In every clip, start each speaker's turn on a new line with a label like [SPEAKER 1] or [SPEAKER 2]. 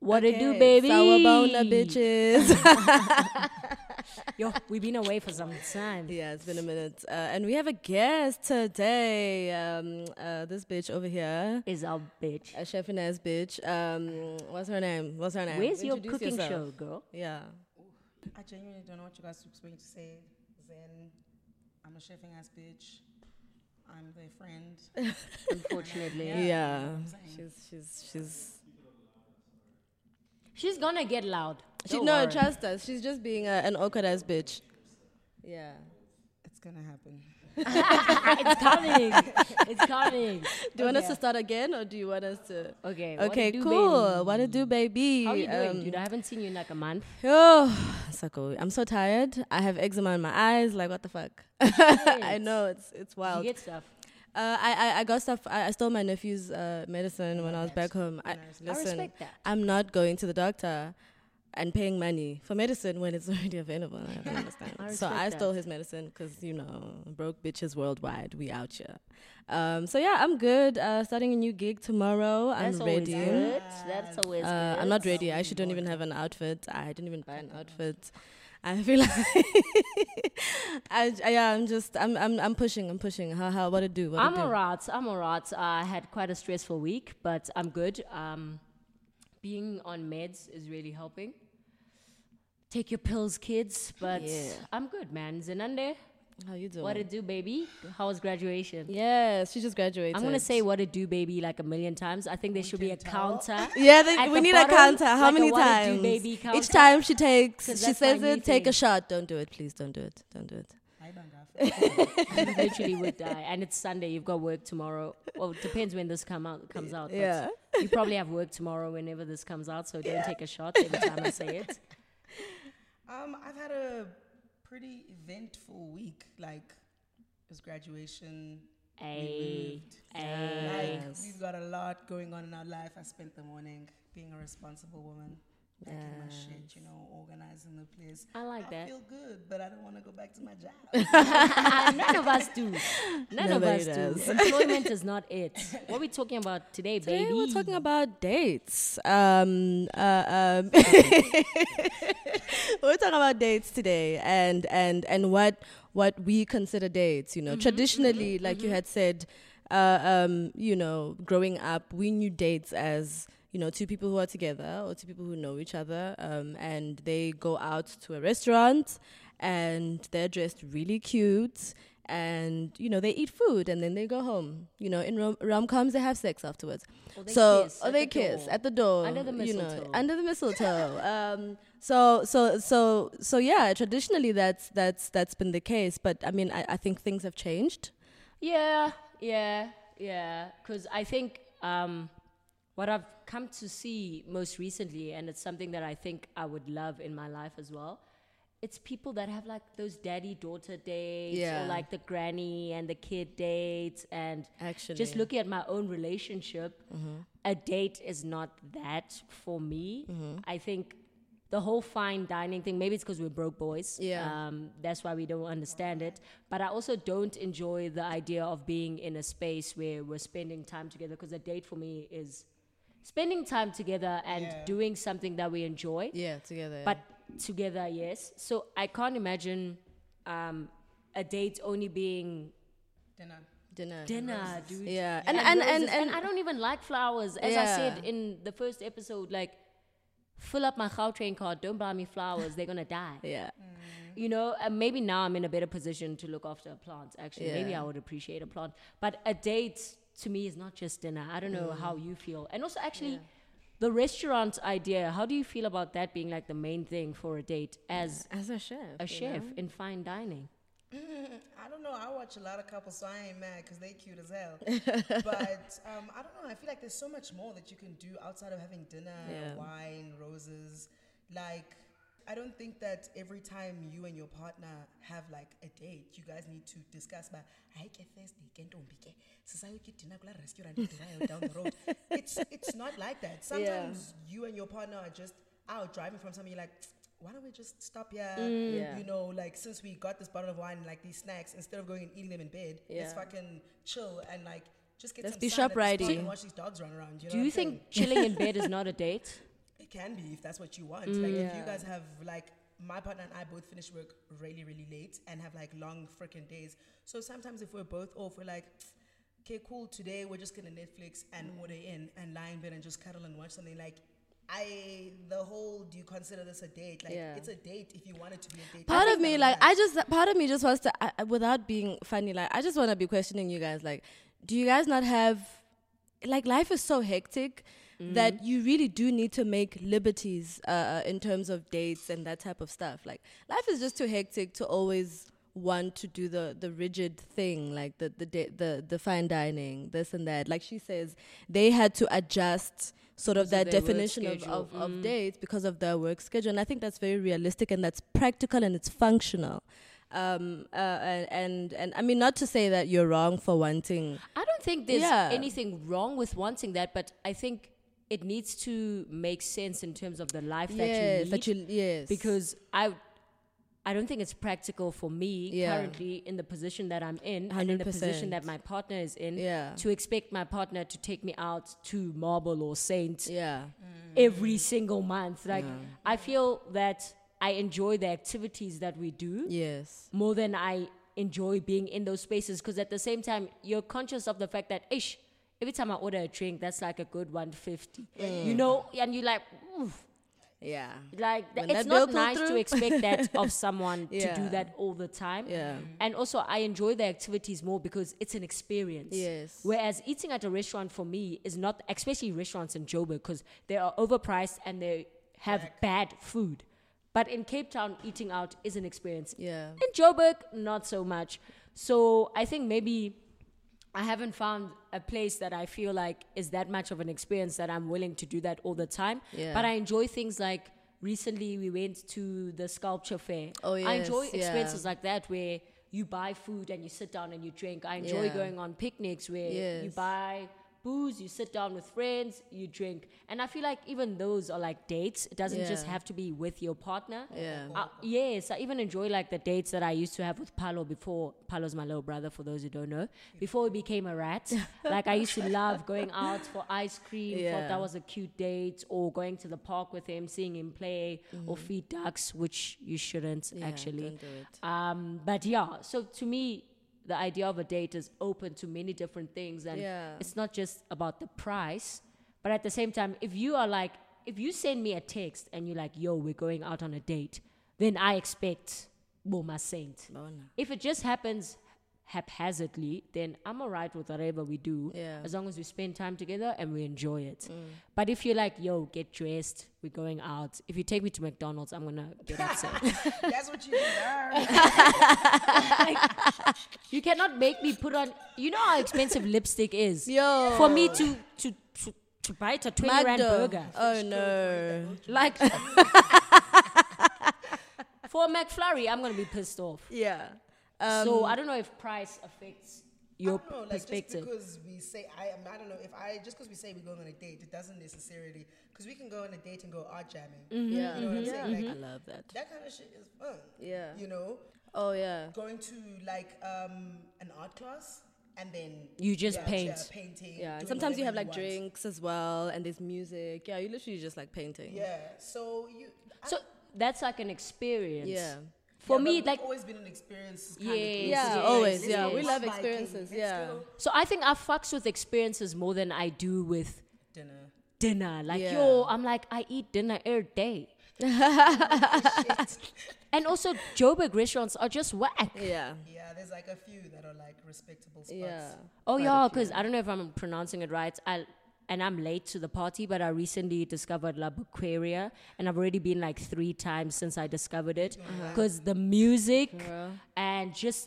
[SPEAKER 1] What it do,
[SPEAKER 2] Okay,
[SPEAKER 1] baby?
[SPEAKER 2] Sawabona bitches.
[SPEAKER 1] Yo, we've been away for some time.
[SPEAKER 2] yeah, it's been a minute. Uh, and we have a guest today. Um, uh, this bitch over here.
[SPEAKER 1] Is our bitch.
[SPEAKER 2] A chef ass bitch. Um, what's her name? What's her name?
[SPEAKER 1] Where's your
[SPEAKER 2] Introduce
[SPEAKER 1] cooking
[SPEAKER 2] yourself.
[SPEAKER 1] show, girl?
[SPEAKER 2] Yeah.
[SPEAKER 3] I genuinely don't know what you guys are going to say. Zen, I'm a chefing ass bitch. I'm their friend.
[SPEAKER 1] Unfortunately,
[SPEAKER 2] yeah, She's she's she's.
[SPEAKER 1] she's gonna get loud.
[SPEAKER 2] She,
[SPEAKER 1] Don't
[SPEAKER 2] no,
[SPEAKER 1] worry.
[SPEAKER 2] trust us. She's just being a, an awkward ass bitch. Yeah.
[SPEAKER 3] It's gonna happen.
[SPEAKER 1] Ah, it's coming. It's coming.
[SPEAKER 2] Do you want us to start again, or do you want us to?
[SPEAKER 1] Okay. what
[SPEAKER 2] Okay,
[SPEAKER 1] it Oh, do,
[SPEAKER 2] cool.
[SPEAKER 1] baby?
[SPEAKER 2] What to do, baby?
[SPEAKER 1] How you doing,
[SPEAKER 2] Um,
[SPEAKER 1] dude? I haven't seen you in like a month.
[SPEAKER 2] Oh, Sako, I'm so tired. I have eczema in my eyes. Like, what the fuck? I know it's it's
[SPEAKER 1] You
[SPEAKER 2] wild.
[SPEAKER 1] get stuff.
[SPEAKER 2] Uh, I, I I got stuff. I, I stole my nephew's uh, medicine when I was back home. I, listen,
[SPEAKER 1] respect that.
[SPEAKER 2] I'm not going to the doctor and paying money for medicine when it's already available. I don't understand.
[SPEAKER 1] I
[SPEAKER 2] so I
[SPEAKER 1] respect
[SPEAKER 2] stole his medicine because you know broke bitches worldwide. We out here. Um, so yeah, I'm good. Uh, starting a new gig tomorrow.
[SPEAKER 1] That's
[SPEAKER 2] I'm
[SPEAKER 1] always
[SPEAKER 2] ready.
[SPEAKER 1] good. That's always
[SPEAKER 2] Uh,
[SPEAKER 1] good.
[SPEAKER 2] I'm not ready. I actually don't even have an outfit. I didn't even buy an outfit. I feel like I, I yeah, I'm just I'm I'm I'm pushing. I'm pushing. How how what it do? What it
[SPEAKER 1] I'm
[SPEAKER 2] do?
[SPEAKER 1] alright. I'm alright. I had quite a stressful week, but I'm good. Um, being on meds is really helping. Take your pills, kids. But
[SPEAKER 2] Yeah.
[SPEAKER 1] I'm good, man. Zenande,
[SPEAKER 2] How you doing?
[SPEAKER 1] what it do, baby? How was graduation?
[SPEAKER 2] yes, she just graduated.
[SPEAKER 1] I'm gonna say what it do, baby, like a million times. I think there should be a counter.
[SPEAKER 2] Yeah, they,
[SPEAKER 1] at
[SPEAKER 2] we
[SPEAKER 1] the
[SPEAKER 2] need
[SPEAKER 1] bottom,
[SPEAKER 2] a counter. How
[SPEAKER 1] like a
[SPEAKER 2] many
[SPEAKER 1] what it do,
[SPEAKER 2] times?
[SPEAKER 1] baby
[SPEAKER 2] Each
[SPEAKER 1] counter.
[SPEAKER 2] time she takes,
[SPEAKER 1] 'Cause
[SPEAKER 2] she
[SPEAKER 1] that's my
[SPEAKER 2] says
[SPEAKER 1] new
[SPEAKER 2] it. Take a
[SPEAKER 1] thing.
[SPEAKER 2] shot. Don't do it, please. Don't do it. Don't do it.
[SPEAKER 3] I don't have
[SPEAKER 1] you literally would die. And it's Sunday. You've got work tomorrow. Well, it depends when this come out comes out. but
[SPEAKER 2] Yeah.
[SPEAKER 1] You probably have work tomorrow whenever this comes out. So don't take a shot every time I say it.
[SPEAKER 3] Um, I've had a pretty eventful week. Like, it was graduation.
[SPEAKER 1] Ay, ay.
[SPEAKER 3] Like, we've got a lot going on in our life. I spent the morning being a responsible woman. Packing my shit, you know, organizing the place.
[SPEAKER 1] I like
[SPEAKER 3] I
[SPEAKER 1] that.
[SPEAKER 3] feel good, but I don't want to go back to my job.
[SPEAKER 1] None of us do. None
[SPEAKER 2] Nobody
[SPEAKER 1] of us
[SPEAKER 2] does.
[SPEAKER 1] do. Employment is not it. What are we talking about today,
[SPEAKER 2] Today
[SPEAKER 1] baby?
[SPEAKER 2] we're talking about dates. Um, uh, um, we're talking about dates today, and and and what what we consider dates. You
[SPEAKER 1] Mm-hmm,
[SPEAKER 2] know, traditionally, like you had said, uh, um, you know, growing up, we knew dates as you know two people who are together or two people who know each other, um, and they go out to a restaurant, and they're dressed really cute. And you know they eat food and then they go home. You know in rom- rom-coms they have sex afterwards
[SPEAKER 1] Or they
[SPEAKER 2] so
[SPEAKER 1] kiss
[SPEAKER 2] or
[SPEAKER 1] at
[SPEAKER 2] they
[SPEAKER 1] the
[SPEAKER 2] kiss
[SPEAKER 1] door.
[SPEAKER 2] at the door
[SPEAKER 1] Under the
[SPEAKER 2] you know,
[SPEAKER 1] mistletoe.
[SPEAKER 2] under the mistletoe um so so so so yeah traditionally that's that's that's been the case but i mean i, I think things have changed
[SPEAKER 1] Yeah, yeah, yeah. Because I think um, what I've come to see most recently, and it's something that I think I would love in my life as well, it's people that have like those daddy daughter dates,
[SPEAKER 2] Yeah.
[SPEAKER 1] or like the granny and the kid dates, and
[SPEAKER 2] actually
[SPEAKER 1] just looking at my own relationship,
[SPEAKER 2] Mm-hmm.
[SPEAKER 1] a date is not that for me.
[SPEAKER 2] Mm-hmm.
[SPEAKER 1] I think the whole fine dining thing, maybe it's because we're broke boys.
[SPEAKER 2] Yeah.
[SPEAKER 1] Um, that's why we don't understand it. But I also don't enjoy the idea of being in a space where we're spending time together because a date for me is spending time together and
[SPEAKER 3] Yeah.
[SPEAKER 1] doing something that we enjoy
[SPEAKER 2] yeah together
[SPEAKER 1] but together yes so i can't imagine um, a date only being
[SPEAKER 3] Dinner.
[SPEAKER 2] dinner
[SPEAKER 1] dinner, dude.
[SPEAKER 2] Yeah. And- and-
[SPEAKER 1] roses.
[SPEAKER 2] and- and-
[SPEAKER 1] I don't even like flowers. As I
[SPEAKER 2] Yeah.
[SPEAKER 1] said in the first episode, like fill up my train card. Don't buy me flowers. They're gonna die.
[SPEAKER 2] yeah
[SPEAKER 1] You know. And maybe now I'm in a better position to look after a plant. Actually, maybe
[SPEAKER 2] Yeah.
[SPEAKER 1] I would appreciate a plant. But a date to me is not just dinner. I don't know
[SPEAKER 2] Mm.
[SPEAKER 1] how you feel. And also, actually. The restaurant idea, how do you feel about that being like the main thing for a date as
[SPEAKER 2] as a chef
[SPEAKER 1] a chef in fine dining?
[SPEAKER 3] I don't know. I watch a lot of couples, so I ain't mad because they cute as hell. but um, I don't know. I feel like there's so much more that you can do outside of having dinner,
[SPEAKER 2] Yeah.
[SPEAKER 3] wine, roses. Like, I don't think that every time you and your partner have like a date, you guys need to discuss. But I get thirsty, can don't be gay. Society dinner kula restaurant drive down the road. It's it's not like that. Sometimes you and your partner are just out driving from somewhere. You're like, why don't we just stop here?
[SPEAKER 2] Mm. Yeah.
[SPEAKER 3] You know, like since we got this bottle of wine, and, like these snacks, instead of going and eating them in bed,
[SPEAKER 2] Yeah.
[SPEAKER 3] let's fucking chill and like just get
[SPEAKER 2] Let's
[SPEAKER 3] some
[SPEAKER 2] be
[SPEAKER 3] sun at this
[SPEAKER 2] shop-ridey.
[SPEAKER 3] park and watch these dogs run around. You know
[SPEAKER 1] Do you
[SPEAKER 3] what I'm saying?
[SPEAKER 1] think chilling in bed is not a date?
[SPEAKER 3] It can be if that's what you want. like if you
[SPEAKER 1] Yeah.
[SPEAKER 3] guys have like my partner and I both finish work really really late and have like long freaking days. So sometimes if we're both off, we're like. Okay, cool. Today we're just gonna Netflix and order in and lie in bed and just cuddle and watch something. Like, I the whole do you consider this a date? Like,
[SPEAKER 1] Yeah.
[SPEAKER 3] it's a date if you want it to be a date.
[SPEAKER 2] part
[SPEAKER 3] That's
[SPEAKER 2] of me
[SPEAKER 3] not
[SPEAKER 2] like
[SPEAKER 3] a-
[SPEAKER 2] i just part of me just wants to I, I- without being funny like i just want to be questioning you guys like do you guys not have like life is so hectic
[SPEAKER 1] Mm-hmm.
[SPEAKER 2] that you really do need to make liberties uh, in terms of dates and that type of stuff like life is just too hectic to always want to do the the rigid thing like the the da- the the fine dining this and that like she says they had to adjust sort of
[SPEAKER 1] Because of
[SPEAKER 2] their
[SPEAKER 1] their work
[SPEAKER 2] definition of,
[SPEAKER 1] schedule. Mm-hmm.
[SPEAKER 2] of, of dates because of their work schedule and i think that's very realistic and that's practical and it's functional um uh, and, and and i mean not to say that you're wrong for wanting
[SPEAKER 1] I don't think there's
[SPEAKER 2] Yeah.
[SPEAKER 1] anything wrong with wanting that, but I think it needs to make sense in terms of the life that you
[SPEAKER 2] yes
[SPEAKER 1] lead.
[SPEAKER 2] that you yes
[SPEAKER 1] because I, I don't think it's practical for me
[SPEAKER 2] Yeah.
[SPEAKER 1] currently in the position that I'm in and in the position
[SPEAKER 2] 100%.
[SPEAKER 1] that my partner is in
[SPEAKER 2] Yeah.
[SPEAKER 1] to expect my partner to take me out to Marble or Saint
[SPEAKER 2] yeah
[SPEAKER 1] every single month. Like I feel that I enjoy the activities that we do
[SPEAKER 2] yes
[SPEAKER 1] more than I enjoy being in those spaces because at the same time you're conscious of the fact that ish every time I order a drink that's like a good 150
[SPEAKER 2] Mm.
[SPEAKER 1] you know and you're like oof,
[SPEAKER 2] yeah
[SPEAKER 1] like th-
[SPEAKER 2] When
[SPEAKER 1] it's
[SPEAKER 2] that bill
[SPEAKER 1] not
[SPEAKER 2] come
[SPEAKER 1] nice to
[SPEAKER 2] through.
[SPEAKER 1] expect that of someone to do
[SPEAKER 2] Yeah.
[SPEAKER 1] that all the time
[SPEAKER 2] Yeah.
[SPEAKER 1] and also I enjoy the activities more because it's an experience
[SPEAKER 2] Yes.
[SPEAKER 1] whereas eating at a restaurant for me is not especially restaurants in Joburg because they are overpriced and they have bad food but in Cape Town eating out is an experience
[SPEAKER 2] yeah
[SPEAKER 1] in Joburg, not so much. So I think maybe I haven't found a place that I feel like is that much of an experience that I'm willing to do that all the time.
[SPEAKER 2] Yeah.
[SPEAKER 1] But I enjoy things like recently we went to the sculpture fair.
[SPEAKER 2] Oh,
[SPEAKER 1] I enjoy
[SPEAKER 2] yes, yeah.
[SPEAKER 1] experiences like that where you buy food and you sit down and you drink. I enjoy
[SPEAKER 2] Yeah.
[SPEAKER 1] going on picnics where you
[SPEAKER 2] Yes.
[SPEAKER 1] buy booze, you sit down with friends, you drink. And I feel like even those are like dates. It doesn't just
[SPEAKER 2] Yeah.
[SPEAKER 1] have to be with your partner.
[SPEAKER 2] yeah
[SPEAKER 1] Uh, yes, I even enjoy like the dates that I used to have with Palo before. Palo's my little brother, for those who don't know. Before he became a rat, like I used to love going out for ice cream. Thought
[SPEAKER 2] Yeah.
[SPEAKER 1] that was a cute date, or going to the park with him, seeing him play, or feed ducks, which you shouldn't
[SPEAKER 2] Mm. Yeah,
[SPEAKER 1] actually.
[SPEAKER 2] don't do it.
[SPEAKER 1] Um, but yeah, so to me, the idea of a date is open to many different things, and
[SPEAKER 2] Yeah.
[SPEAKER 1] it's not just about the price. But at the same time, if you are like, if you send me a text and you're like, "Yo, we're going out on a date," then I expect Boma Saint.
[SPEAKER 2] Bona.
[SPEAKER 1] If it just happens haphazardly, then I'm alright with whatever we do,
[SPEAKER 2] Yeah. Mm.
[SPEAKER 1] as long as we spend time together and we enjoy it. But if you're like, "Yo, get dressed, we're going out," if you take me to McDonald's, I'm gonna get upset.
[SPEAKER 3] That's what you learn.
[SPEAKER 1] You cannot make me put on. You know how expensive lipstick is.
[SPEAKER 2] Yo.
[SPEAKER 1] For me to to to, to bite a twenty rand
[SPEAKER 2] Magdo.
[SPEAKER 1] burger.
[SPEAKER 2] oh no
[SPEAKER 1] Like for a McFlurry, I'm gonna be pissed off.
[SPEAKER 2] yeah
[SPEAKER 1] so I don't know if price affects your
[SPEAKER 3] Um, I don't know, like
[SPEAKER 1] perspective.
[SPEAKER 3] Just because we say I, am- I don't know if I just because we say we're going on a date, it doesn't necessarily because we can go on a date and go art jamming.
[SPEAKER 2] yeah
[SPEAKER 3] You know what I'm saying?
[SPEAKER 2] i
[SPEAKER 3] Like
[SPEAKER 2] love that
[SPEAKER 3] that kind of shit is fun.
[SPEAKER 2] Yeah.
[SPEAKER 3] you know,
[SPEAKER 2] oh yeah
[SPEAKER 3] going to like um an art class and then
[SPEAKER 1] You just
[SPEAKER 3] yeah,
[SPEAKER 1] paint.
[SPEAKER 3] yeah, painting.
[SPEAKER 2] yeah and
[SPEAKER 3] doing
[SPEAKER 2] sometimes you
[SPEAKER 3] whatever
[SPEAKER 2] have like
[SPEAKER 3] want.
[SPEAKER 2] drinks as well and there's music yeah you literally just like painting
[SPEAKER 3] Yeah, so you. I-
[SPEAKER 1] so that's like an experience.
[SPEAKER 2] yeah
[SPEAKER 1] For
[SPEAKER 3] yeah, but
[SPEAKER 1] me,
[SPEAKER 3] we've
[SPEAKER 1] like
[SPEAKER 3] always been an experience.
[SPEAKER 1] Yeah,
[SPEAKER 2] Yeah,
[SPEAKER 1] Yes,
[SPEAKER 2] always.
[SPEAKER 1] yes,
[SPEAKER 2] yeah, we
[SPEAKER 1] yes.
[SPEAKER 2] love experiences. Yeah.
[SPEAKER 1] so, I think I fucks with experiences more than I do with
[SPEAKER 3] dinner.
[SPEAKER 1] dinner. Like
[SPEAKER 2] Yeah.
[SPEAKER 1] yo, I'm like I eat dinner every day. and also, Joburg restaurants are just whack.
[SPEAKER 2] Yeah.
[SPEAKER 3] Yeah, there's like a few that are like respectable spots.
[SPEAKER 2] Yeah.
[SPEAKER 1] Oh
[SPEAKER 2] Quite a
[SPEAKER 1] yeah,
[SPEAKER 2] few.
[SPEAKER 1] because I don't know if I'm pronouncing it right. I and I'm late to the party, but I recently discovered La Buqueria, and I've already been like three times since I discovered it. Because the music
[SPEAKER 2] Girl.
[SPEAKER 1] and just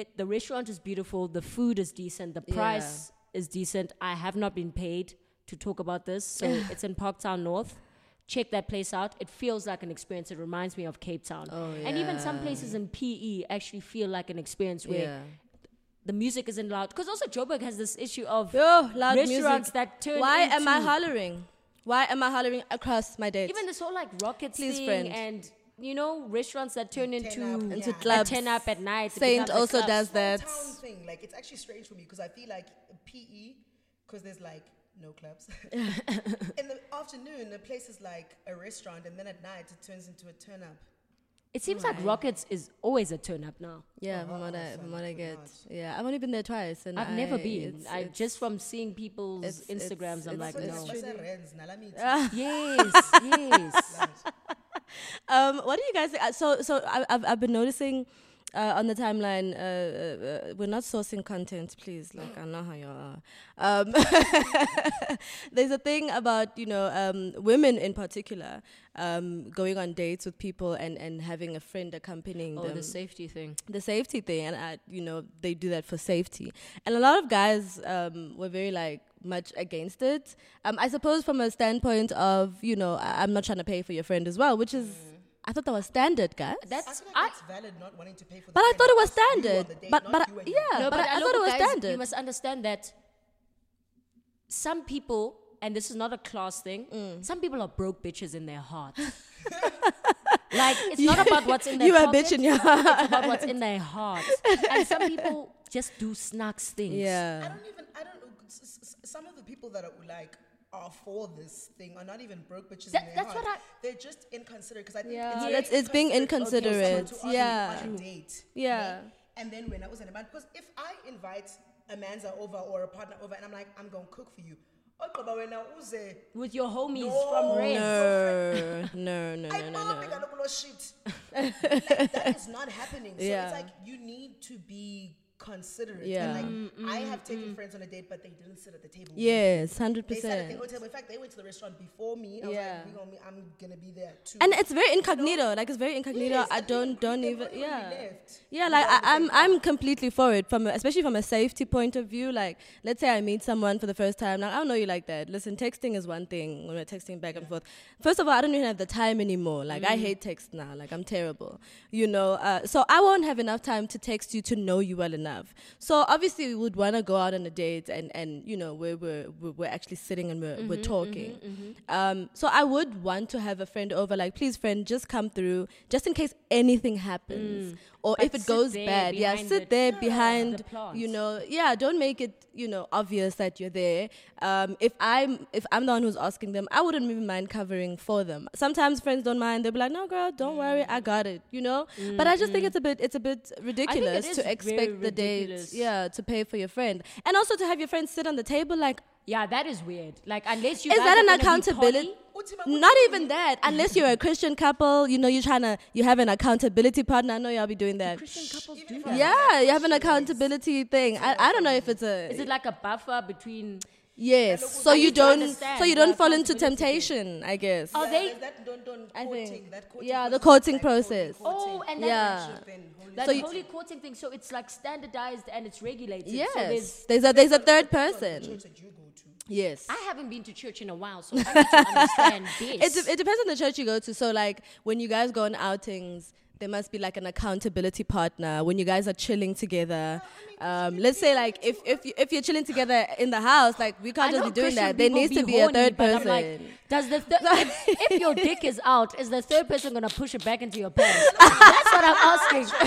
[SPEAKER 1] it, the restaurant is beautiful, the food is decent, the price is decent. I have not been paid to talk about this, so it's in Parktown North. Check that place out. It feels like an experience. It reminds me of Cape Town, and even some places in PE actually feel like an experience where
[SPEAKER 2] Yeah.
[SPEAKER 1] the music isn't loud because also Joburg has this issue of
[SPEAKER 2] Yo, loud
[SPEAKER 1] restaurants
[SPEAKER 2] music.
[SPEAKER 1] that turn
[SPEAKER 2] Why am I
[SPEAKER 1] into-
[SPEAKER 2] hollering? Why am I hollering across my dates?
[SPEAKER 1] even this whole like rocket
[SPEAKER 2] Please,
[SPEAKER 1] thing
[SPEAKER 2] friend.
[SPEAKER 1] and you know restaurants that turn into
[SPEAKER 3] up,
[SPEAKER 2] Into
[SPEAKER 3] Yeah.
[SPEAKER 2] clubs.
[SPEAKER 1] a ten up at night. it
[SPEAKER 2] Saint
[SPEAKER 1] becomes a
[SPEAKER 2] also
[SPEAKER 1] club.
[SPEAKER 2] does
[SPEAKER 3] small
[SPEAKER 2] that.
[SPEAKER 3] town thing. Like it's actually strange for me because I feel like PE because E, there's like no clubs. in the afternoon, the place is like a restaurant, and then at night, it turns into a turn up.
[SPEAKER 1] It seems like Rockets is always a turn up now.
[SPEAKER 2] Yeah, from what I, from what I get. Yeah, I've only been there twice, and
[SPEAKER 1] I've never
[SPEAKER 2] I-
[SPEAKER 1] been.
[SPEAKER 2] it's-
[SPEAKER 1] I
[SPEAKER 2] it's-
[SPEAKER 1] just from seeing people's
[SPEAKER 2] it's- it's-
[SPEAKER 1] Instagrams, I'm like, no.
[SPEAKER 2] it's- it's true.
[SPEAKER 1] yes, yes.
[SPEAKER 2] Um, what do you guys? Think? Uh, So, so I, I've I've been noticing. Uh, on the timeline, uh, uh, uh, we're not sourcing content, please. Like I know how you are. Um, there's a thing about you know um, women in particular um, going on dates with people and, and having a friend accompanying
[SPEAKER 1] Oh,
[SPEAKER 2] them.
[SPEAKER 1] the safety thing.
[SPEAKER 2] the safety thing and I, you know they do that for safety and a lot of guys um, were very like much against it um, i suppose from a standpoint of you know I- i'm not trying to pay for your friend as well which is i thought that was standard guys
[SPEAKER 3] I
[SPEAKER 1] That's
[SPEAKER 3] feel like
[SPEAKER 1] I.
[SPEAKER 3] Mm. that's valid not wanting to pay for the
[SPEAKER 2] but i
[SPEAKER 3] friend
[SPEAKER 2] thought it was
[SPEAKER 3] because you on the
[SPEAKER 2] standard
[SPEAKER 3] date,
[SPEAKER 2] but
[SPEAKER 3] not
[SPEAKER 2] but
[SPEAKER 3] you and
[SPEAKER 2] yeah
[SPEAKER 1] No,
[SPEAKER 2] but, i I
[SPEAKER 1] look,
[SPEAKER 2] thought it was
[SPEAKER 1] guys, You
[SPEAKER 2] standard
[SPEAKER 1] must understand that some people, and this is not a class thing.
[SPEAKER 2] Mm.
[SPEAKER 1] Some people are broke bitches in their heart. like it's not about what's in their
[SPEAKER 2] you are
[SPEAKER 1] pocket,
[SPEAKER 2] bitching your
[SPEAKER 1] It's about what's in their heart. And some people just do snacks things.
[SPEAKER 3] I
[SPEAKER 2] yeah
[SPEAKER 3] don't even. I don't. s- s- s- Some of the people that are like are for this thing are not even broke bitches. in
[SPEAKER 1] That-
[SPEAKER 3] their
[SPEAKER 1] that's
[SPEAKER 3] heart.
[SPEAKER 1] what I-
[SPEAKER 3] They're just inconsiderate because I think
[SPEAKER 2] Yeah,
[SPEAKER 3] very
[SPEAKER 2] that's- it's being
[SPEAKER 3] inconsiderate
[SPEAKER 2] inconsiderate,
[SPEAKER 3] of you
[SPEAKER 2] yeah.
[SPEAKER 3] someone to ask you on a date,
[SPEAKER 2] Yeah.
[SPEAKER 3] right? And then when I was in a man, because if I invite a manza over or a partner over, and I'm like, I'm gonna cook for you. Ogqiba wena uze-
[SPEAKER 1] With your homies
[SPEAKER 3] No.
[SPEAKER 1] from Red.
[SPEAKER 2] no no no
[SPEAKER 3] I
[SPEAKER 2] no no no
[SPEAKER 3] know kaloku lo shit. Like, that is not happening. So
[SPEAKER 2] Yeah.
[SPEAKER 3] it's like you need to be considerate.
[SPEAKER 2] Yeah. Mm,
[SPEAKER 3] And like I have taken friends on a date, but they didn't sit at the table. with me.
[SPEAKER 2] yes
[SPEAKER 3] They sat at the
[SPEAKER 2] 100%
[SPEAKER 3] hotel. In fact, they went to the restaurant before me. I was
[SPEAKER 2] Yeah.
[SPEAKER 3] like, we gonna be, I'm gonna be there too.
[SPEAKER 2] and it's very incognito like it's very incognito
[SPEAKER 3] Yes,
[SPEAKER 2] i
[SPEAKER 3] and people
[SPEAKER 2] don't
[SPEAKER 3] greet
[SPEAKER 2] don't
[SPEAKER 3] them
[SPEAKER 2] even
[SPEAKER 3] only when we
[SPEAKER 2] yeah
[SPEAKER 3] left.
[SPEAKER 2] yeah
[SPEAKER 3] We
[SPEAKER 2] like
[SPEAKER 3] were
[SPEAKER 2] I,
[SPEAKER 3] on the
[SPEAKER 2] i'm
[SPEAKER 3] same
[SPEAKER 2] i'm completely for it from a, especially from a safety point of view like let's say i meet someone for the first time now i don't know you like that listen texting is one thing when we're texting back and forth first of all i don't even have the time anymore like i hate text now like i'm terrible you know uh, so i won't have enough time to text you to know you well enough so obviously we would want to go out on a date and and you know where we're we're we're actually sitting and we're, we're talking um so i would want to have a friend over like please friend just come through just in case anything happens or
[SPEAKER 1] But
[SPEAKER 2] if it
[SPEAKER 1] sit
[SPEAKER 2] goes
[SPEAKER 1] there
[SPEAKER 2] bad yeah
[SPEAKER 1] behind
[SPEAKER 2] sit
[SPEAKER 1] the-
[SPEAKER 2] there
[SPEAKER 1] Yeah.
[SPEAKER 2] behind
[SPEAKER 1] the plant.
[SPEAKER 2] you know yeah don't make it you know obvious that you're there um if i'm if i'm the one who's asking them i wouldn't even mind covering for them sometimes friends don't mind they'll be like no girl don't worry i got it you know but i just think it's a bit it's a bit ridiculous
[SPEAKER 1] is
[SPEAKER 2] to
[SPEAKER 1] very
[SPEAKER 2] expect the date
[SPEAKER 1] ridiculous.
[SPEAKER 2] yeah to pay for your friend and also to have your friend sit on the table like
[SPEAKER 1] Yeah, that is weird. Like unless you
[SPEAKER 2] is
[SPEAKER 1] guys
[SPEAKER 2] that
[SPEAKER 1] are
[SPEAKER 2] an
[SPEAKER 1] gonna be
[SPEAKER 2] accountability?
[SPEAKER 1] poly-
[SPEAKER 3] Uthi makuthi
[SPEAKER 2] Not even that. Unless you're a Christian couple, you know you're trying to you have an accountability partner. I know y'all be doing that.
[SPEAKER 1] Christian couples
[SPEAKER 3] Even
[SPEAKER 1] do
[SPEAKER 3] if
[SPEAKER 1] that.
[SPEAKER 3] I'm-
[SPEAKER 2] Yeah, you have an accountability thing. I, I don't know if it's a
[SPEAKER 1] Is it like a buffer between?
[SPEAKER 2] yes. So
[SPEAKER 1] I
[SPEAKER 2] you
[SPEAKER 1] need to
[SPEAKER 2] don't
[SPEAKER 1] understand
[SPEAKER 2] so you
[SPEAKER 1] the
[SPEAKER 2] don't fall into
[SPEAKER 1] accountability Oh,
[SPEAKER 2] temptation, I guess.
[SPEAKER 1] Are
[SPEAKER 3] yeah,
[SPEAKER 1] they-
[SPEAKER 3] there's That don't, don't
[SPEAKER 2] I
[SPEAKER 3] courting,
[SPEAKER 2] think-
[SPEAKER 3] that courting
[SPEAKER 2] yeah, the
[SPEAKER 3] process is
[SPEAKER 2] courting
[SPEAKER 3] like courting,
[SPEAKER 2] process.
[SPEAKER 3] courting.
[SPEAKER 1] Oh, and that
[SPEAKER 2] Yeah.
[SPEAKER 3] Then holy
[SPEAKER 1] That
[SPEAKER 2] So you-
[SPEAKER 1] holy courting thing. So it's like standardized and it's regulated. So there's
[SPEAKER 2] Yes. There's a there's a third
[SPEAKER 3] the
[SPEAKER 2] person.
[SPEAKER 3] church that you go to.
[SPEAKER 2] Yes.
[SPEAKER 1] I haven't been to church in a while, so I need to understand
[SPEAKER 2] It,
[SPEAKER 1] this.
[SPEAKER 2] de- it depends on the church you go to. So, like, when you guys go on outings, there must be like an accountability partner. When you guys are chilling together, um, let's say like if if you, if you're chilling together in the house, like we
[SPEAKER 1] I
[SPEAKER 2] can't just
[SPEAKER 1] know
[SPEAKER 2] be doing
[SPEAKER 1] Christian
[SPEAKER 2] that. There
[SPEAKER 1] people
[SPEAKER 2] needs to be
[SPEAKER 1] horny,
[SPEAKER 2] a third
[SPEAKER 1] but
[SPEAKER 2] person.
[SPEAKER 1] I'm like, does the thir- if, if your dick is out, is the third person gonna push it back into your pants? That's what I'm asking.
[SPEAKER 3] I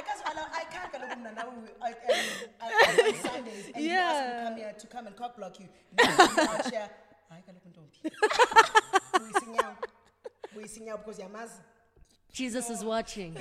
[SPEAKER 3] guess I, I can't go to now we, I, I, I, on Sundays and you ask me to
[SPEAKER 2] Yeah.
[SPEAKER 3] come here to come and cock block you. Now you're out here. I can't look into We sing out. We sing out because you're Maz.
[SPEAKER 1] Jesus is watching.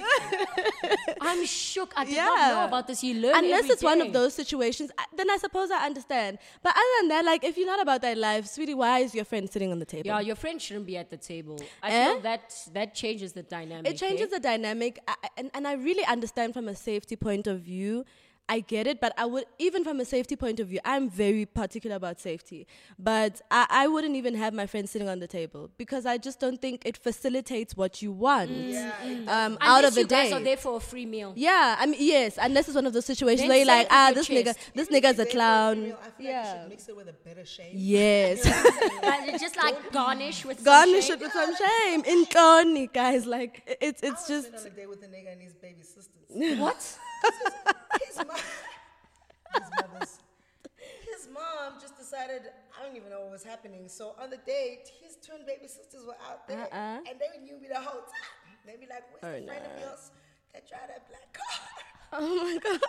[SPEAKER 1] I'm shook. I did not
[SPEAKER 2] Yeah.
[SPEAKER 1] know about this. You learn
[SPEAKER 2] Unless
[SPEAKER 1] every
[SPEAKER 2] it's one
[SPEAKER 1] day.
[SPEAKER 2] of those situations, I- then I suppose I understand. But other than that, like if you're not about that life, sweetie, why is your friend sitting on the table?
[SPEAKER 1] Yeah, your friend shouldn't be at the table. I
[SPEAKER 2] Eh?
[SPEAKER 1] feel that that changes the dynamic. eh?
[SPEAKER 2] It changes the dynamic, I, I- and, and I really understand from a safety point of view. I get it, but I would even from a safety point of view, I'm very particular about safety. But I, I wouldn't even have my friend sitting on the table because I just don't think it facilitates what you want um, out of the
[SPEAKER 1] Mm. you guys
[SPEAKER 2] day.
[SPEAKER 1] are there for a free meal.
[SPEAKER 2] yeah, I mean yes, unless it's one of those situations
[SPEAKER 1] Then
[SPEAKER 2] where you're
[SPEAKER 1] say
[SPEAKER 2] like,
[SPEAKER 1] it with
[SPEAKER 2] ah,
[SPEAKER 1] your
[SPEAKER 2] this nigga,
[SPEAKER 1] chest.
[SPEAKER 2] this
[SPEAKER 3] Even
[SPEAKER 2] nigga's
[SPEAKER 3] if you're
[SPEAKER 2] a
[SPEAKER 3] there for
[SPEAKER 2] clown.
[SPEAKER 3] female, I feel like you
[SPEAKER 2] Yeah.
[SPEAKER 3] should mix it with a better shade.
[SPEAKER 2] Yes.
[SPEAKER 1] But it's just like garnish with some
[SPEAKER 2] Garnish
[SPEAKER 1] shade.
[SPEAKER 2] it with some shame. In Connie, guys, like it- it's
[SPEAKER 3] I
[SPEAKER 2] it's
[SPEAKER 3] was
[SPEAKER 2] just
[SPEAKER 3] just on a day with a nigga and his baby sisters.
[SPEAKER 1] What?
[SPEAKER 3] his mom, his mother's, his mom just decided I don't even know what was happening. So on the date, his twin baby sisters were out there,
[SPEAKER 2] Uh-uh.
[SPEAKER 3] and they knew me the whole time. They be like, "Where's
[SPEAKER 2] Oh,
[SPEAKER 3] the friend of
[SPEAKER 2] no.
[SPEAKER 3] yours that tried that black car?"
[SPEAKER 2] oh my god.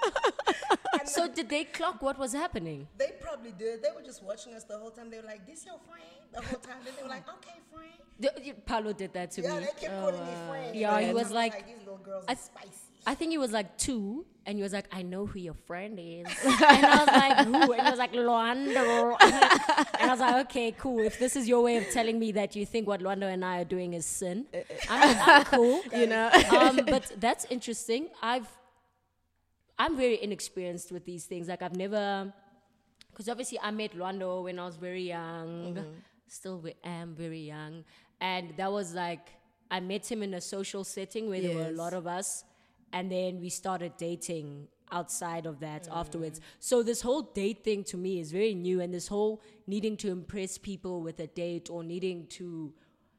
[SPEAKER 3] and man.
[SPEAKER 1] So did they clock what was happening?
[SPEAKER 3] They probably did. They were just watching us the whole time. They were like, "This your friend?" The whole time. Then they were like, "Okay, friend."
[SPEAKER 1] The- Paolo did that to
[SPEAKER 3] Yeah,
[SPEAKER 1] me.
[SPEAKER 3] they kept calling me friend.
[SPEAKER 1] Yeah, Oh. he
[SPEAKER 3] And
[SPEAKER 1] was
[SPEAKER 3] I'm
[SPEAKER 1] like-
[SPEAKER 3] "These little girls
[SPEAKER 1] I-
[SPEAKER 3] are spicy."
[SPEAKER 1] I think he was like two, and he was like, "I know who your friend is," and I was like, "Who?" And he was like, "Luando," and I was like, "Okay, cool. If this is your way of telling me that you think what Luando and I are doing is sin, I'm, like, I'm cool."
[SPEAKER 2] you know.
[SPEAKER 1] um, but that's interesting. I've I'm very inexperienced with these things. Like I've never, because obviously I met Luando when I was very young, still we am very young, and that was like I met him in a social setting where there were a
[SPEAKER 2] Yes.
[SPEAKER 1] lot of us, and then we started dating outside of that afterwards. So this whole date thing to me is very new, and this whole needing to impress people with a date or needing to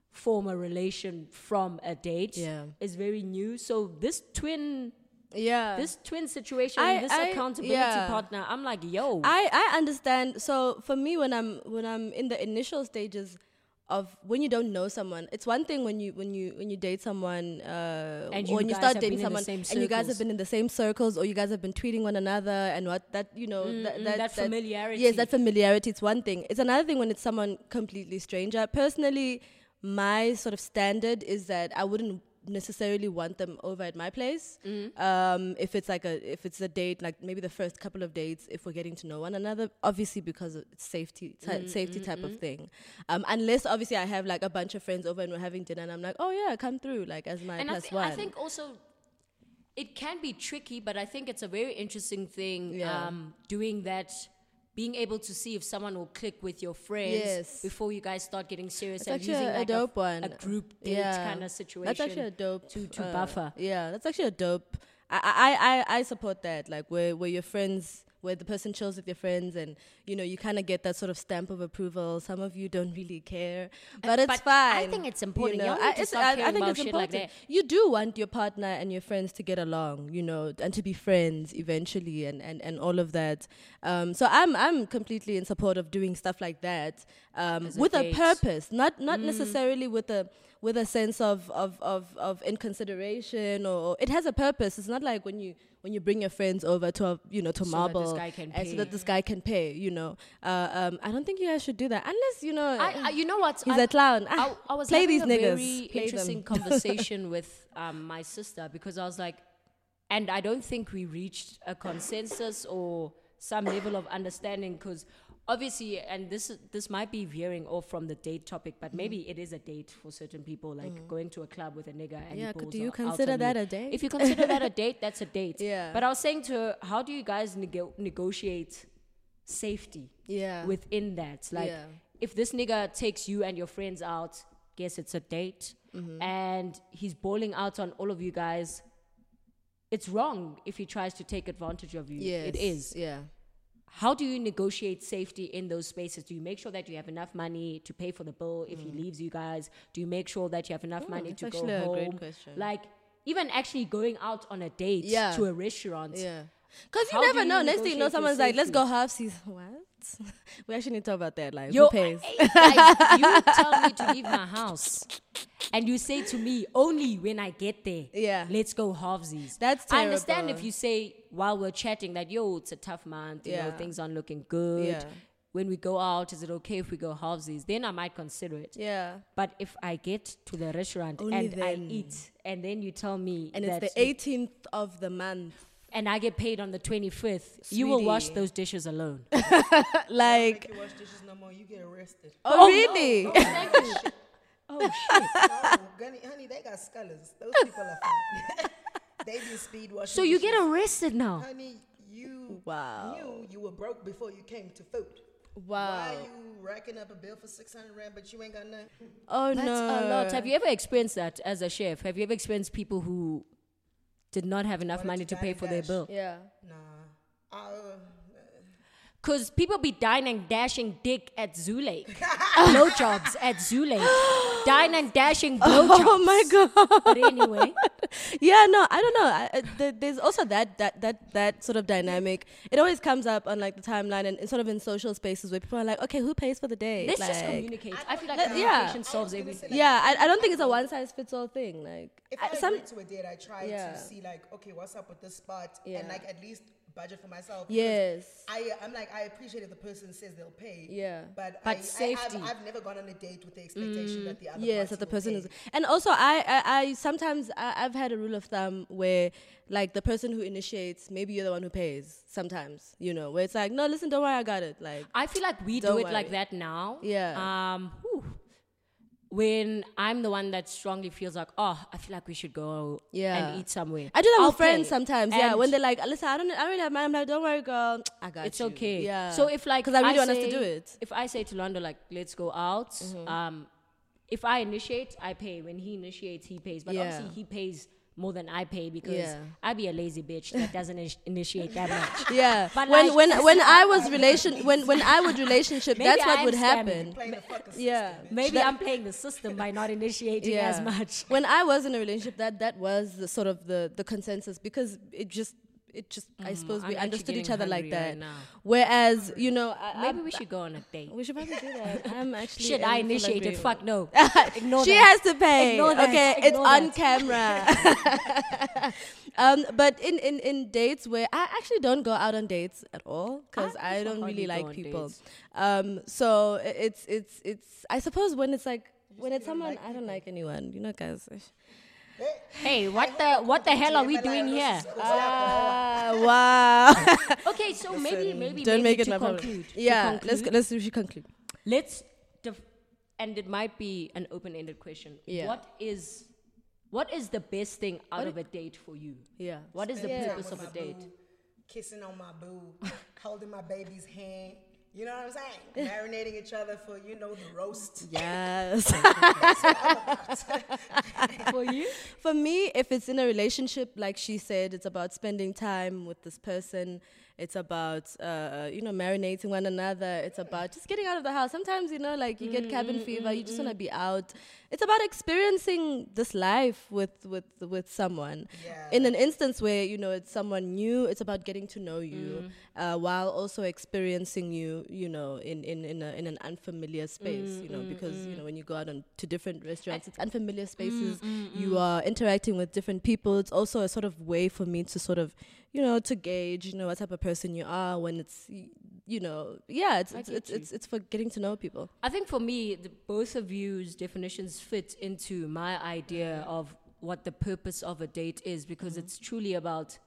[SPEAKER 1] form a relation from a date
[SPEAKER 2] Yeah.
[SPEAKER 1] is very new. So this twin
[SPEAKER 2] yeah.
[SPEAKER 1] this twin situation,
[SPEAKER 2] I-
[SPEAKER 1] this
[SPEAKER 2] I-
[SPEAKER 1] accountability
[SPEAKER 2] yeah.
[SPEAKER 1] partner, I'm like, yo,
[SPEAKER 2] I I understand. So for me, when I'm when I'm in the initial stages of when you don't know someone, it's one thing when you when you when you date someone uh,
[SPEAKER 1] And
[SPEAKER 2] or
[SPEAKER 1] you
[SPEAKER 2] when you
[SPEAKER 1] guys
[SPEAKER 2] start
[SPEAKER 1] have
[SPEAKER 2] dating
[SPEAKER 1] been in the
[SPEAKER 2] someone
[SPEAKER 1] same
[SPEAKER 2] and you guys
[SPEAKER 1] circles.
[SPEAKER 2] have been in the same circles or you guys have been tweeting one another and what that you know that, Mm, that,
[SPEAKER 1] that familiarity.
[SPEAKER 2] Yes, that familiarity. It's one thing. It's another thing when it's someone completely stranger. Personally, my sort of standard is that I wouldn't necessarily want them over at my place.
[SPEAKER 1] Mm-hmm.
[SPEAKER 2] Um, if it's like a if it's a date, like maybe the first couple of dates, if we're getting to know one another, obviously because of it's safety ty-
[SPEAKER 1] Mm-hmm,
[SPEAKER 2] safety type of thing. Um, unless obviously I have like a bunch of friends over and we're having dinner, and I'm like, oh yeah, come through, like as my
[SPEAKER 1] and I,
[SPEAKER 2] plus
[SPEAKER 1] thi-
[SPEAKER 2] one.
[SPEAKER 1] I think also it can be tricky, but I think it's a very interesting thing
[SPEAKER 2] Yeah.
[SPEAKER 1] um, doing that. Being able to see if someone will click with your friends
[SPEAKER 2] Yes.
[SPEAKER 1] before you guys start getting serious
[SPEAKER 2] It's
[SPEAKER 1] and
[SPEAKER 2] actually
[SPEAKER 1] using
[SPEAKER 2] a- a
[SPEAKER 1] like
[SPEAKER 2] dope
[SPEAKER 1] a,
[SPEAKER 2] one.
[SPEAKER 1] a group date
[SPEAKER 2] Yeah.
[SPEAKER 1] kind of situation.
[SPEAKER 2] That's actually a dope uh,
[SPEAKER 1] to- to buffer.
[SPEAKER 2] Yeah, that's actually a dope. I I, I, I support that. Like where where your friends where the person chills with your friends and you know you kind of get that sort of stamp of approval. Some of you don't really care, but it's
[SPEAKER 1] Uh, but I
[SPEAKER 2] fine.
[SPEAKER 1] think it's important. Y'all need to
[SPEAKER 2] it's-
[SPEAKER 1] start caring about shit like
[SPEAKER 2] You do want your partner and your friends to get along, you know, and to be friends eventually, and and, and all of that. Um, so I'm I'm completely in support of doing stuff like that um,
[SPEAKER 1] As a
[SPEAKER 2] with a
[SPEAKER 1] date. Mm.
[SPEAKER 2] purpose, not not necessarily with a with a sense of of of, of inconsideration or it has a purpose. It's not like when you when you bring your friends over to a, you know to
[SPEAKER 1] So that this
[SPEAKER 2] marble
[SPEAKER 1] guy can
[SPEAKER 2] and so
[SPEAKER 1] pay.
[SPEAKER 2] that this guy can pay. You know, uh, um, I don't think you guys should do that unless you know
[SPEAKER 1] I, I, you know what?
[SPEAKER 2] he's
[SPEAKER 1] I-
[SPEAKER 2] a clown.
[SPEAKER 1] I, I was
[SPEAKER 2] play
[SPEAKER 1] having
[SPEAKER 2] these
[SPEAKER 1] a
[SPEAKER 2] niggas.
[SPEAKER 1] very
[SPEAKER 2] Play
[SPEAKER 1] interesting
[SPEAKER 2] them.
[SPEAKER 1] conversation with um, my sister because I was like, and I don't think we reached a consensus or some level of understanding because obviously, and this is- this might be veering off from the date topic,
[SPEAKER 2] Mm.
[SPEAKER 1] but maybe it is a date for certain people, like going to a club with a nigga. And he
[SPEAKER 2] Yeah, c-
[SPEAKER 1] balls
[SPEAKER 2] do you
[SPEAKER 1] are out on
[SPEAKER 2] consider that
[SPEAKER 1] you.
[SPEAKER 2] a date?
[SPEAKER 1] If you consider that a date, that's a date.
[SPEAKER 2] Yeah.
[SPEAKER 1] But I was saying to her, how do you guys nego- negotiate safety?
[SPEAKER 2] yeah.
[SPEAKER 1] within that. Like,
[SPEAKER 2] Yeah.
[SPEAKER 1] if this nigga takes you and your friends out, guess it's a date,
[SPEAKER 2] Mm-hmm.
[SPEAKER 1] and he's bowling out on all of you guys. It's wrong if he tries to take advantage of you.
[SPEAKER 2] yes,
[SPEAKER 1] It is.
[SPEAKER 2] Yeah.
[SPEAKER 1] How do you negotiate safety in those spaces? Do you make sure that you have enough money to pay for the bill if he leaves you guys? Do you make sure that you have enough money
[SPEAKER 2] Mm. that's
[SPEAKER 1] to go
[SPEAKER 2] actually a
[SPEAKER 1] home?
[SPEAKER 2] great question.
[SPEAKER 1] Like, even actually going out on a date
[SPEAKER 2] Yeah.
[SPEAKER 1] to a restaurant.
[SPEAKER 2] Yeah. Because you
[SPEAKER 1] How do
[SPEAKER 2] never
[SPEAKER 1] you
[SPEAKER 2] know. Next thing you know,
[SPEAKER 1] negotiate your
[SPEAKER 2] someone's like, let's
[SPEAKER 1] safety?
[SPEAKER 2] go half season. What? we actually need to talk about that. Like,
[SPEAKER 1] Yo,
[SPEAKER 2] who pays?
[SPEAKER 1] I- I- you tell me to leave my house, and you say to me only when I get there.
[SPEAKER 2] Yeah.
[SPEAKER 1] let's go halvesies.
[SPEAKER 2] That's
[SPEAKER 1] I understand
[SPEAKER 2] terrible.
[SPEAKER 1] if you say while we're chatting that yo, it's a tough month. You know,
[SPEAKER 2] Yeah.
[SPEAKER 1] things aren't looking good.
[SPEAKER 2] Yeah.
[SPEAKER 1] When we go out, is it okay if we go halvesies? Then I might consider it.
[SPEAKER 2] yeah.
[SPEAKER 1] But if I get to the restaurant
[SPEAKER 2] Only
[SPEAKER 1] and I
[SPEAKER 2] then.
[SPEAKER 1] eat, and then you tell me
[SPEAKER 2] And
[SPEAKER 1] that
[SPEAKER 2] it's the 18th of the month.
[SPEAKER 1] and I get paid on the twenty fifth, you will wash
[SPEAKER 2] Sweetie.
[SPEAKER 1] those dishes alone.
[SPEAKER 2] Like,
[SPEAKER 3] If you wash dishes no more, you get arrested.
[SPEAKER 2] oh,
[SPEAKER 1] no,
[SPEAKER 2] really?
[SPEAKER 1] no, thank you. oh shit.
[SPEAKER 3] no, honey, honey, they got scholars. Those people are funny. they be speed washing.
[SPEAKER 1] So you
[SPEAKER 3] dishes.
[SPEAKER 1] get arrested now.
[SPEAKER 3] Honey, you
[SPEAKER 2] Wow.
[SPEAKER 3] knew you were broke before you came to food. Why
[SPEAKER 2] Wow.
[SPEAKER 3] you racking up a bill for 600 rand, but you ain't got nothing?
[SPEAKER 2] Oh,
[SPEAKER 1] That's
[SPEAKER 2] no.
[SPEAKER 1] a lot. Have you ever experienced that as a chef? Have you ever experienced people who did not have enough
[SPEAKER 3] Wanted
[SPEAKER 1] money
[SPEAKER 3] to
[SPEAKER 1] to pay
[SPEAKER 3] dine and
[SPEAKER 1] for their
[SPEAKER 3] dash.
[SPEAKER 1] bill?
[SPEAKER 2] Yeah.
[SPEAKER 3] Nah. I, uh,
[SPEAKER 1] Because people be dining and dashing dick at Zulake. blowjobs at Zulake. Dine and dashing blowjobs.
[SPEAKER 2] Oh, my God.
[SPEAKER 1] But anyway,
[SPEAKER 2] yeah, no, I don't know. I, I- th- there's also that, that that that sort of dynamic. It always comes up on like the timeline and, and sort of in social spaces where people are like, okay, who pays for the day?
[SPEAKER 1] let's just
[SPEAKER 2] Like,
[SPEAKER 1] communicate. I feel like
[SPEAKER 2] Let- yeah.
[SPEAKER 1] communication
[SPEAKER 2] I
[SPEAKER 1] solves
[SPEAKER 3] gonna
[SPEAKER 1] everything.
[SPEAKER 3] say, like,
[SPEAKER 2] yeah, I, I don't think it's a one size fits all thing. Like
[SPEAKER 3] if
[SPEAKER 2] I-
[SPEAKER 3] I,
[SPEAKER 2] some,
[SPEAKER 3] agree to a date, I try
[SPEAKER 2] Yeah.
[SPEAKER 3] to see like, okay, what's up with this spot,
[SPEAKER 2] Yeah.
[SPEAKER 3] and like at least budget for myself. because
[SPEAKER 2] Yes.
[SPEAKER 3] I, uh, I'm like, I appreciate if the person says they'll pay.
[SPEAKER 2] Yeah.
[SPEAKER 3] But,
[SPEAKER 1] But
[SPEAKER 3] I,
[SPEAKER 1] safety.
[SPEAKER 3] I, I've, I've never gone on a date with the expectation that the other
[SPEAKER 2] Mm, yes
[SPEAKER 3] party
[SPEAKER 2] that the
[SPEAKER 3] will
[SPEAKER 2] person
[SPEAKER 3] pay.
[SPEAKER 2] is and also i i, I sometimes I, i've had a rule of thumb where like the person who initiates maybe you're the one who pays sometimes you know where it's like no listen don't worry i got it like
[SPEAKER 1] I feel like we
[SPEAKER 2] Don't
[SPEAKER 1] do it like
[SPEAKER 2] worry.
[SPEAKER 1] that now.
[SPEAKER 2] Yeah.
[SPEAKER 1] Um, whew. when I'm the one that strongly feels like, oh, I feel like we should go
[SPEAKER 2] Yeah.
[SPEAKER 1] and eat somewhere.
[SPEAKER 2] i do that
[SPEAKER 1] I'll
[SPEAKER 2] with friends
[SPEAKER 1] pay.
[SPEAKER 2] sometimes yeah
[SPEAKER 1] And
[SPEAKER 2] when they're like listen i don't i don't have mine i'm like don't worry girl i got
[SPEAKER 1] it's
[SPEAKER 2] you."
[SPEAKER 1] okay.
[SPEAKER 2] yeah
[SPEAKER 1] So if like
[SPEAKER 2] 'Cause I really want us to
[SPEAKER 1] say-
[SPEAKER 2] do it. Mm-hmm.
[SPEAKER 1] If I say to Londo like, let's go out. Um, if I initiate, I pay. When he initiates, he pays. But
[SPEAKER 2] Yeah.
[SPEAKER 1] obviously, he pays more than I pay because
[SPEAKER 2] Yeah.
[SPEAKER 1] I be a lazy bitch that doesn't in- initiate that much.
[SPEAKER 2] yeah
[SPEAKER 1] But
[SPEAKER 2] when
[SPEAKER 1] like-
[SPEAKER 2] when when i was relation when when i would relationship
[SPEAKER 1] Maybe
[SPEAKER 2] that's what
[SPEAKER 1] I am
[SPEAKER 2] would
[SPEAKER 1] scamming.
[SPEAKER 2] happen
[SPEAKER 3] Playing the fucking
[SPEAKER 2] yeah
[SPEAKER 3] system.
[SPEAKER 1] Maybe I'm playing the system by not initiating as much.
[SPEAKER 2] When I was in a relationship, that that was the sort of the the consensus because it just it just I suppose
[SPEAKER 1] Mm, I'm
[SPEAKER 2] we
[SPEAKER 1] actually
[SPEAKER 2] understood each
[SPEAKER 1] getting
[SPEAKER 2] other like
[SPEAKER 1] hungry
[SPEAKER 2] that.
[SPEAKER 1] right now.
[SPEAKER 2] Whereas you know, I,
[SPEAKER 1] Maybe
[SPEAKER 2] I-
[SPEAKER 1] we should go on a date.
[SPEAKER 2] Uh, we should probably do that. I'm actually
[SPEAKER 1] Should
[SPEAKER 2] I'm
[SPEAKER 1] I
[SPEAKER 2] full
[SPEAKER 1] initiate it?
[SPEAKER 2] agreement.
[SPEAKER 1] Fuck no. Ignore
[SPEAKER 2] she
[SPEAKER 1] that.
[SPEAKER 2] has to pay.
[SPEAKER 1] Ignore that.
[SPEAKER 2] Okay, it's
[SPEAKER 1] Ignore
[SPEAKER 2] on
[SPEAKER 1] that.
[SPEAKER 2] camera. um, but in, in, in dates where I actually don't go out on dates at all because
[SPEAKER 1] I
[SPEAKER 2] I, don't
[SPEAKER 1] hardly
[SPEAKER 2] really
[SPEAKER 1] go
[SPEAKER 2] like
[SPEAKER 1] on
[SPEAKER 2] people.
[SPEAKER 1] dates.
[SPEAKER 2] Um, so i- it's it's it's I suppose when it's like when it's someone I don't like anyone, you know, guys.
[SPEAKER 1] Hey, what the what the hell are we doing here?
[SPEAKER 2] Ah, wow.
[SPEAKER 1] Okay, so maybe maybe
[SPEAKER 2] don't
[SPEAKER 1] maybe
[SPEAKER 2] make it
[SPEAKER 1] to
[SPEAKER 2] my problem.
[SPEAKER 1] conclude. to
[SPEAKER 2] Yeah, let's
[SPEAKER 1] conclude,
[SPEAKER 2] let's we should conclude.
[SPEAKER 1] let's def- and it might be an open-ended question.
[SPEAKER 2] Yeah.
[SPEAKER 1] What is what is the best thing out of a date for you?
[SPEAKER 2] Yeah.
[SPEAKER 1] What is the
[SPEAKER 2] Yeah.
[SPEAKER 1] purpose
[SPEAKER 3] Mm.
[SPEAKER 1] of a date?
[SPEAKER 3] Kissing on my boo, holding my baby's hand. You know what I'm saying? Marinating each other for, you know, the roast.
[SPEAKER 2] Yes.
[SPEAKER 1] for you?
[SPEAKER 2] For me, if it's in a relationship, like she said, it's about spending time with this person. It's about uh, you know marinating one another. It's about just getting out of the house. Sometimes you know, like you get
[SPEAKER 1] Mm,
[SPEAKER 2] cabin fever. You just want to be out. It's about experiencing this life with with with someone.
[SPEAKER 3] Yeah.
[SPEAKER 2] In an instance where you know it's someone new, it's about getting to know you uh, while also experiencing you. You know, in in in, a, in an unfamiliar space. You know, because you know when you go out on, to different restaurants, it's unfamiliar spaces. You are interacting with different people. It's also a sort of way for me to sort of you know to gauge you know what type of person you are when it's y- you know yeah it's it's
[SPEAKER 1] get
[SPEAKER 2] it's,
[SPEAKER 1] you.
[SPEAKER 2] it's it's for getting to know people.
[SPEAKER 1] I think for me, the, both of you's definitions fit into my idea
[SPEAKER 2] Mm-hmm.
[SPEAKER 1] of what the purpose of a date is because it's truly about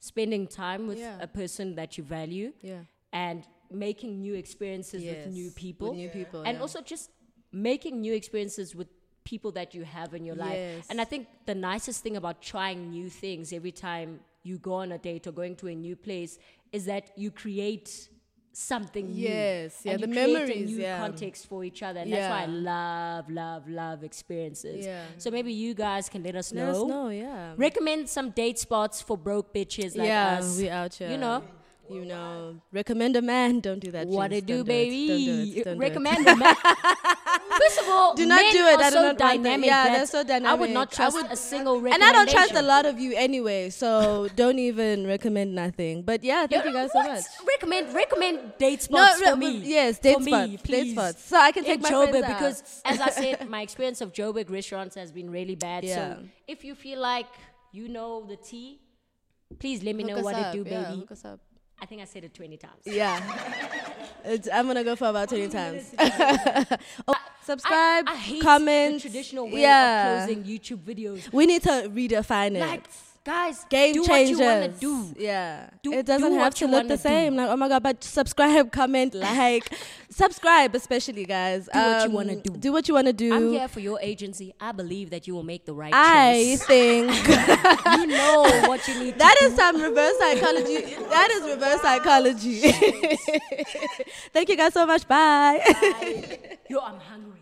[SPEAKER 1] spending time with
[SPEAKER 2] Yeah.
[SPEAKER 1] a person that you value
[SPEAKER 2] Yeah.
[SPEAKER 1] and making new experiences with new people.
[SPEAKER 2] new people,
[SPEAKER 1] and
[SPEAKER 2] Oh, yeah.
[SPEAKER 1] also just making new experiences with people that you have in your life.
[SPEAKER 2] Yes.
[SPEAKER 1] And I think the nicest thing about trying new things every time you go on a date or going to a new place is that you create something new.
[SPEAKER 2] Yes, yeah,
[SPEAKER 1] and you
[SPEAKER 2] the
[SPEAKER 1] create
[SPEAKER 2] memories,
[SPEAKER 1] a new
[SPEAKER 2] yeah.
[SPEAKER 1] context for each other. And that's why I
[SPEAKER 2] Yeah.
[SPEAKER 1] love, love, love experiences.
[SPEAKER 2] Yeah.
[SPEAKER 1] So maybe you guys can let us
[SPEAKER 2] Let
[SPEAKER 1] know.
[SPEAKER 2] us know, yeah.
[SPEAKER 1] Recommend some date spots for broke bitches like
[SPEAKER 2] yeah,
[SPEAKER 1] us.
[SPEAKER 2] we out here.
[SPEAKER 1] You know?
[SPEAKER 2] you know, recommend a man. Don't do that.
[SPEAKER 1] What
[SPEAKER 2] please.
[SPEAKER 1] it do,
[SPEAKER 2] Don't it.
[SPEAKER 1] baby?
[SPEAKER 2] Don't do it. Don't do it.
[SPEAKER 1] Recommend a man. First of all,
[SPEAKER 2] Do not
[SPEAKER 1] men
[SPEAKER 2] do it.
[SPEAKER 1] Are
[SPEAKER 2] I do
[SPEAKER 1] so
[SPEAKER 2] not want that.
[SPEAKER 1] dynamic.
[SPEAKER 2] Yeah,
[SPEAKER 1] that
[SPEAKER 2] they're so
[SPEAKER 1] I would
[SPEAKER 2] dynamic.
[SPEAKER 1] not
[SPEAKER 2] I
[SPEAKER 1] trust
[SPEAKER 2] would-
[SPEAKER 1] a single
[SPEAKER 2] And
[SPEAKER 1] recommendation.
[SPEAKER 2] I don't trust a lot of you anyway, so don't even recommend nothing. But yeah, thank you guys so
[SPEAKER 1] what?
[SPEAKER 2] much.
[SPEAKER 1] Recommend recommend date spots
[SPEAKER 2] re-
[SPEAKER 1] for me.
[SPEAKER 2] yes, date
[SPEAKER 1] for me,
[SPEAKER 2] spots, date
[SPEAKER 1] please.
[SPEAKER 2] spots. So I can
[SPEAKER 1] In
[SPEAKER 2] take my
[SPEAKER 1] Joburg
[SPEAKER 2] friends out.
[SPEAKER 1] because, as I said, my experience of Joburg restaurants has been really bad.
[SPEAKER 2] Yeah.
[SPEAKER 1] So if you feel like you know the tea, please let me know
[SPEAKER 2] Hook
[SPEAKER 1] what
[SPEAKER 2] us
[SPEAKER 1] it do,
[SPEAKER 2] up, yeah,
[SPEAKER 1] baby.
[SPEAKER 2] hook us up.
[SPEAKER 1] I think I said it twenty times.
[SPEAKER 2] Yeah. It's, I'm gonna go for about 20 times. oh, subscribe,
[SPEAKER 1] I, I hate
[SPEAKER 2] comment.
[SPEAKER 1] the traditional way
[SPEAKER 2] yeah.
[SPEAKER 1] of closing YouTube videos.
[SPEAKER 2] We need to redefine it.
[SPEAKER 1] Like, guys,
[SPEAKER 2] Game
[SPEAKER 1] do
[SPEAKER 2] changers.
[SPEAKER 1] what you want to do.
[SPEAKER 2] Yeah.
[SPEAKER 1] Do-
[SPEAKER 2] it
[SPEAKER 1] do
[SPEAKER 2] doesn't
[SPEAKER 1] what
[SPEAKER 2] have to
[SPEAKER 1] you
[SPEAKER 2] look
[SPEAKER 1] wanna
[SPEAKER 2] the
[SPEAKER 1] do.
[SPEAKER 2] same. Like, oh my God, but subscribe, comment, like. subscribe, especially, guys. Do
[SPEAKER 1] what you wanna do.
[SPEAKER 2] Do what you wanna do.
[SPEAKER 1] I'm here for your agency. I believe that you will make the right
[SPEAKER 2] I think.
[SPEAKER 1] choice. you know what you need
[SPEAKER 2] That
[SPEAKER 1] to
[SPEAKER 2] is some reverse psychology. That is reverse psychology. Thank you guys so much. Bye.
[SPEAKER 1] do. Yo, I'm hungry.